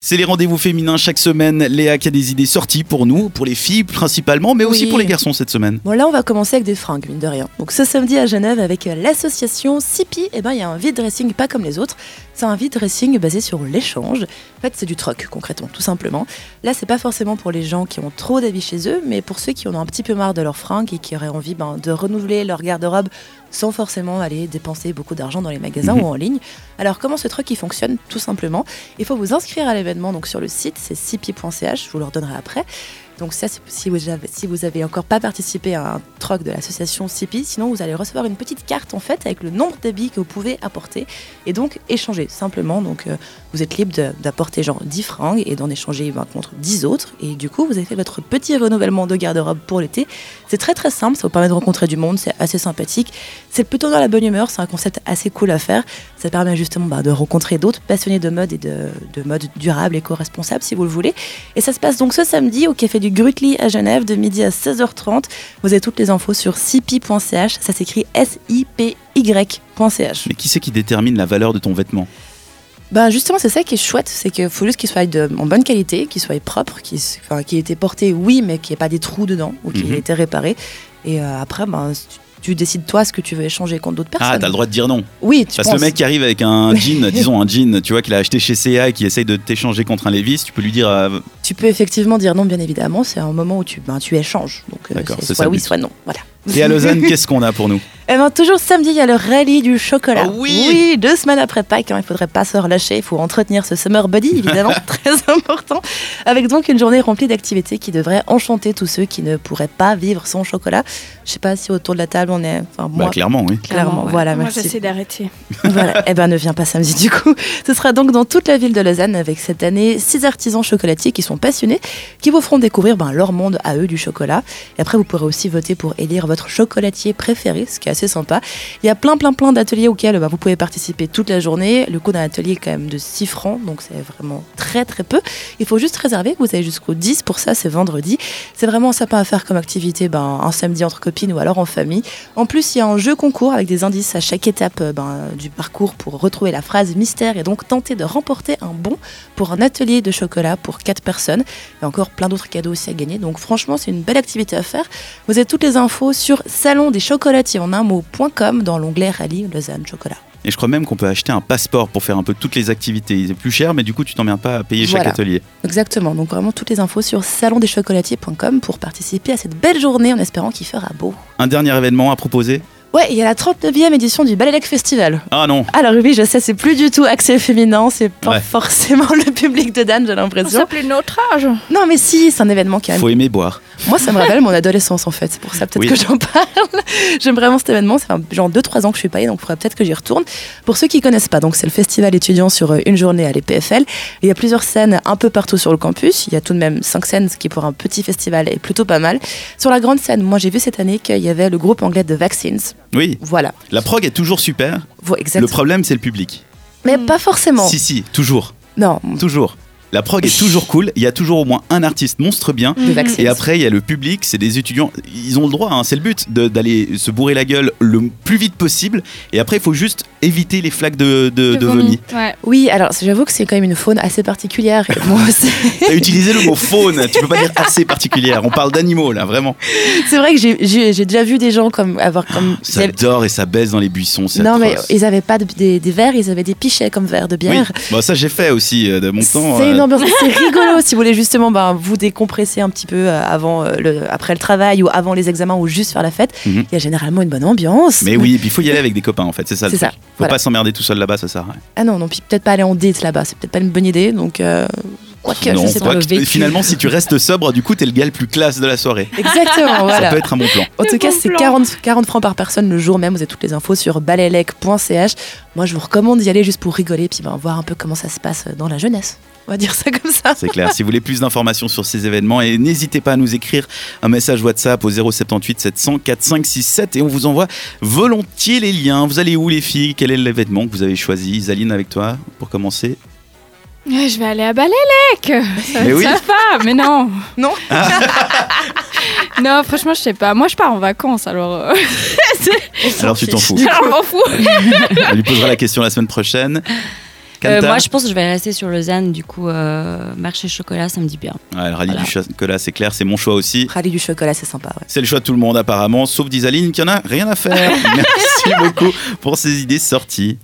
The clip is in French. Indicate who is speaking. Speaker 1: C'est les rendez-vous féminins chaque semaine. Léa qui a des idées sorties pour nous, pour les filles principalement, mais aussi
Speaker 2: Oui.
Speaker 1: pour les garçons cette semaine.
Speaker 2: Bon, là, on va commencer avec des fringues, mine de rien. Donc, ce samedi à Genève, avec euh, l'association Sipi, eh ben, il y a un vide dressing pas comme les autres. C'est un vide dressing basé sur l'échange. En fait, c'est du troc, concrètement, tout simplement. Là, c'est pas forcément pour les gens qui ont trop d'habits chez eux, mais pour ceux qui en ont un petit peu marre de leurs fringues et qui auraient envie ben, de renouveler leur garde-robe sans forcément aller dépenser beaucoup d'argent dans les magasins
Speaker 1: Mhm.
Speaker 2: ou en ligne. Alors, comment ce truc il fonctionne Tout simplement, il faut vous inscrire à l'événement donc sur le site, c'est sipi.ch, je vous le redonnerai après. Donc ça, c'est- si vous avez, si vous avez encore pas participé à un troc de l'association CIPI, sinon vous allez recevoir une petite carte en fait avec le nombre d'habits que vous pouvez apporter et donc échanger simplement. Donc euh, vous êtes libre de- d'apporter genre 10 francs et d'en échanger ben, contre 10 autres et du coup vous avez fait votre petit renouvellement de garde-robe pour l'été. C'est très très simple, ça vous permet de rencontrer du monde, c'est assez sympathique, c'est plutôt dans la bonne humeur, c'est un concept assez cool à faire. Ça permet justement ben, de rencontrer d'autres passionnés de mode et de, de mode durable, éco-responsable si vous le voulez. Et ça se passe donc ce samedi au café du Grutli à Genève de midi à 16h30. Vous avez toutes les infos sur sipi.ch, ça s'écrit S-I-P-Y.ch.
Speaker 1: Mais qui c'est qui détermine la valeur de ton vêtement Ah,
Speaker 2: Ben justement, c'est ça qui est chouette, c'est qu'il faut juste qu'il soit de, en bonne qualité, qu'il soit propre, qu'il s- enfin, qu'il ait été porté, oui, mais qu'il n'y ait pas des trous dedans ou qu'il
Speaker 1: Mhm.
Speaker 2: ait été réparé. Et euh, après, ben, tu, tu décides toi ce que tu veux échanger contre d'autres personnes.
Speaker 1: Ah, t'as le droit de dire non.
Speaker 2: Oui,
Speaker 1: Parce
Speaker 2: tu
Speaker 1: que
Speaker 2: penses.
Speaker 1: le mec qui arrive avec un jean, disons un jean, tu vois, qu'il a acheté chez CA et qui essaye de t'échanger contre un Levis, tu peux lui dire euh,
Speaker 2: Tu peux effectivement dire non, bien évidemment, c'est un moment où tu, ben, tu échanges. Donc, euh,
Speaker 1: D'accord,
Speaker 2: c'est
Speaker 1: c'est ça
Speaker 2: soit
Speaker 1: le
Speaker 2: oui,
Speaker 1: but.
Speaker 2: soit non. Voilà.
Speaker 1: Et à Lausanne, qu'est-ce qu'on a pour nous
Speaker 2: Eh ben, toujours samedi, il y a le rallye du chocolat.
Speaker 1: Ah oui
Speaker 2: deux semaines après Pâques, hein, il faudrait pas se relâcher, il faut entretenir ce summer body, évidemment, très important. Avec donc une journée remplie d'activités qui devrait enchanter tous ceux qui ne pourraient pas vivre sans chocolat. Je sais pas si autour de la table on est. Enfin,
Speaker 1: Bah
Speaker 2: moi,
Speaker 1: clairement, oui.
Speaker 2: clairement,
Speaker 3: ouais.
Speaker 2: voilà,
Speaker 3: Moi,
Speaker 2: merci.
Speaker 3: j'essaie d'arrêter.
Speaker 2: Voilà, eh ben ne viens pas samedi du coup. Ce sera donc dans toute la ville de Lausanne avec cette année six artisans chocolatiers qui sont passionnés, qui vous feront découvrir ben, leur monde à eux du chocolat. Et après vous pourrez aussi voter pour élire votre chocolatier préféré, ce qui est assez sympa. Il y a plein plein plein d'ateliers auxquels ben, vous pouvez participer toute la journée. Le coût d'un atelier est quand même de 6 francs, donc c'est vraiment très très peu. Il faut juste réserver, vous avez jusqu'au 10 pour ça, c'est vendredi. C'est vraiment sympa à faire comme activité ben, un samedi entre copines ou alors en famille. En plus, il y a un jeu concours avec des indices à chaque étape euh, ben, du parcours pour retrouver la phrase mystère et donc tenter de remporter un bon pour un atelier de chocolat pour 4 personnes. Et encore plein d'autres cadeaux aussi à gagner. Donc franchement, c'est une belle activité à faire. Vous avez toutes les infos sur salon des chocolatiers en un mot.com dans l'onglet Rallye Lausanne Chocolat.
Speaker 1: Et je crois même qu'on peut acheter un passeport pour faire un peu toutes les activités. C'est plus cher, mais du coup, tu t'emmerdes pas à payer chaque
Speaker 2: Voilà.
Speaker 1: atelier.
Speaker 2: Exactement, donc vraiment toutes les infos sur salondeschocolatiers.com pour participer à cette belle journée en espérant qu'il fera beau.
Speaker 1: Un dernier événement à proposer
Speaker 2: Ouais, il y a la 39e édition du Baladec Festival.
Speaker 1: Ah non
Speaker 2: Alors oui, je sais, c'est plus du tout axé féminin, c'est pas
Speaker 1: Ouais.
Speaker 2: forcément le public de Dan, j'ai l'impression.
Speaker 3: Ça plaît de notre âge.
Speaker 2: Non mais si, c'est un événement quand même.
Speaker 1: faut aimer boire.
Speaker 2: Moi, ça me rappelle mon adolescence en fait, c'est pour ça peut-être
Speaker 1: Oui.
Speaker 2: que j'en parle. J'aime vraiment cet événement, ça fait genre 2-3 ans que je suis pas allée, donc il faudrait peut-être que j'y retourne. Pour ceux qui connaissent pas, donc c'est le festival étudiant sur euh, une journée à l'EPFL. Il y a plusieurs scènes un peu partout sur le campus, il y a tout de même 5 scènes, ce qui pour un petit festival est plutôt pas mal. Sur la grande scène, moi j'ai vu cette année qu'il y avait le groupe anglais de Vaccines,
Speaker 1: Oui,
Speaker 2: voilà.
Speaker 1: la prog est toujours super.
Speaker 2: Vo-
Speaker 1: Le
Speaker 2: Exact.
Speaker 1: problème, c'est le public.
Speaker 2: Mais pas forcément.
Speaker 1: Si, si, toujours.
Speaker 2: Non,
Speaker 1: Toujours. La prog est toujours cool. Il y a toujours au moins un artiste monstre bien.
Speaker 2: de Vaccines.
Speaker 1: Et après, il y a le public, c'est des étudiants. Ils ont le droit, hein, c'est le but, de- d'aller se bourrer la gueule le plus vite possible. Et après, il faut juste éviter les flaques de, de, de vomi.
Speaker 3: Ouais.
Speaker 2: Oui, alors j'avoue que c'est quand même une faune assez particulière. Et bon, c'est-
Speaker 1: T'as utilisé le mot faune, tu peux pas dire assez particulière. On parle d'animaux, là, vraiment.
Speaker 2: c'est vrai que j'ai- j'ai j'ai déjà vu des gens comme avoir comme
Speaker 1: Ah, Ça dort et ça baisse dans les buissons, c'est
Speaker 2: non mais
Speaker 1: atroce.
Speaker 2: ils avaient pas de- des, des verres, ils avaient des pichets comme verres de
Speaker 1: Oui,
Speaker 2: bière.
Speaker 1: bon, ça j'ai fait aussi euh, de mon
Speaker 2: C'est
Speaker 1: temps. euh,
Speaker 2: une ambiance, c'est rigolo si vous voulez justement ben, vous décompresser un petit peu euh, avant euh, le après le travail ou avant les examens ou juste faire la fête.
Speaker 1: Mhm.
Speaker 2: Il y a généralement une bonne ambiance.
Speaker 1: Mais oui, et puis il faut y aller avec des copains en fait, c'est ça. le
Speaker 2: C'est
Speaker 1: truc.
Speaker 2: ça,
Speaker 1: Faut
Speaker 2: voilà.
Speaker 1: pas s'emmerder tout seul là-bas, ça sert à rien.
Speaker 2: Ah non non puis peut-être pas aller en date là-bas, c'est peut-être pas une bonne idée donc euh, quoique
Speaker 1: Non,
Speaker 2: je sais
Speaker 1: quoi
Speaker 2: pas.
Speaker 1: que- finalement, si tu restes sobre, du coup, t'es le gars le plus classe de la soirée.
Speaker 2: Exactement voilà.
Speaker 1: Ça peut être un bon plan.
Speaker 2: En
Speaker 3: Le
Speaker 2: tout cas,
Speaker 3: bon
Speaker 2: c'est
Speaker 3: plan.
Speaker 2: 40, 40 francs par personne le jour même. Vous avez toutes les infos sur balélec.ch. Moi, je vous recommande d'y aller juste pour rigoler puis ben, voir un peu comment ça se passe dans la jeunesse. On va dire ça comme ça.
Speaker 1: C'est clair. si vous voulez plus d'informations sur ces événements, et n'hésitez pas à nous écrire un message WhatsApp au 078 700 4567 et on vous envoie volontiers les liens. Vous allez où les filles Quel est l'événement que vous avez choisi Zaline avec toi pour commencer
Speaker 3: Ouais, Je vais aller à Balélec.
Speaker 4: Euh,
Speaker 3: Ça
Speaker 1: Mais
Speaker 3: va
Speaker 1: oui.
Speaker 3: être sympa, mais non.
Speaker 2: Non.
Speaker 3: non, franchement, je sais pas. Moi, je pars en vacances, alors. euh,
Speaker 1: Alors tu t'en fous.
Speaker 3: alors, je m'en fous.
Speaker 1: On lui posera la question la semaine prochaine.
Speaker 4: Euh,
Speaker 1: Kanta
Speaker 4: moi, je pense que je vais rester sur Lausanne. Du coup, euh, marché chocolat, ça me dit bien.
Speaker 1: Ouais, le rallye
Speaker 4: Voilà.
Speaker 1: du chocolat, c'est clair, c'est mon choix aussi.
Speaker 2: Rallye du chocolat, c'est sympa. ouais.
Speaker 1: C'est le choix de tout le monde apparemment, sauf d'Isaline qui en a rien à faire. Merci beaucoup pour ces idées sorties.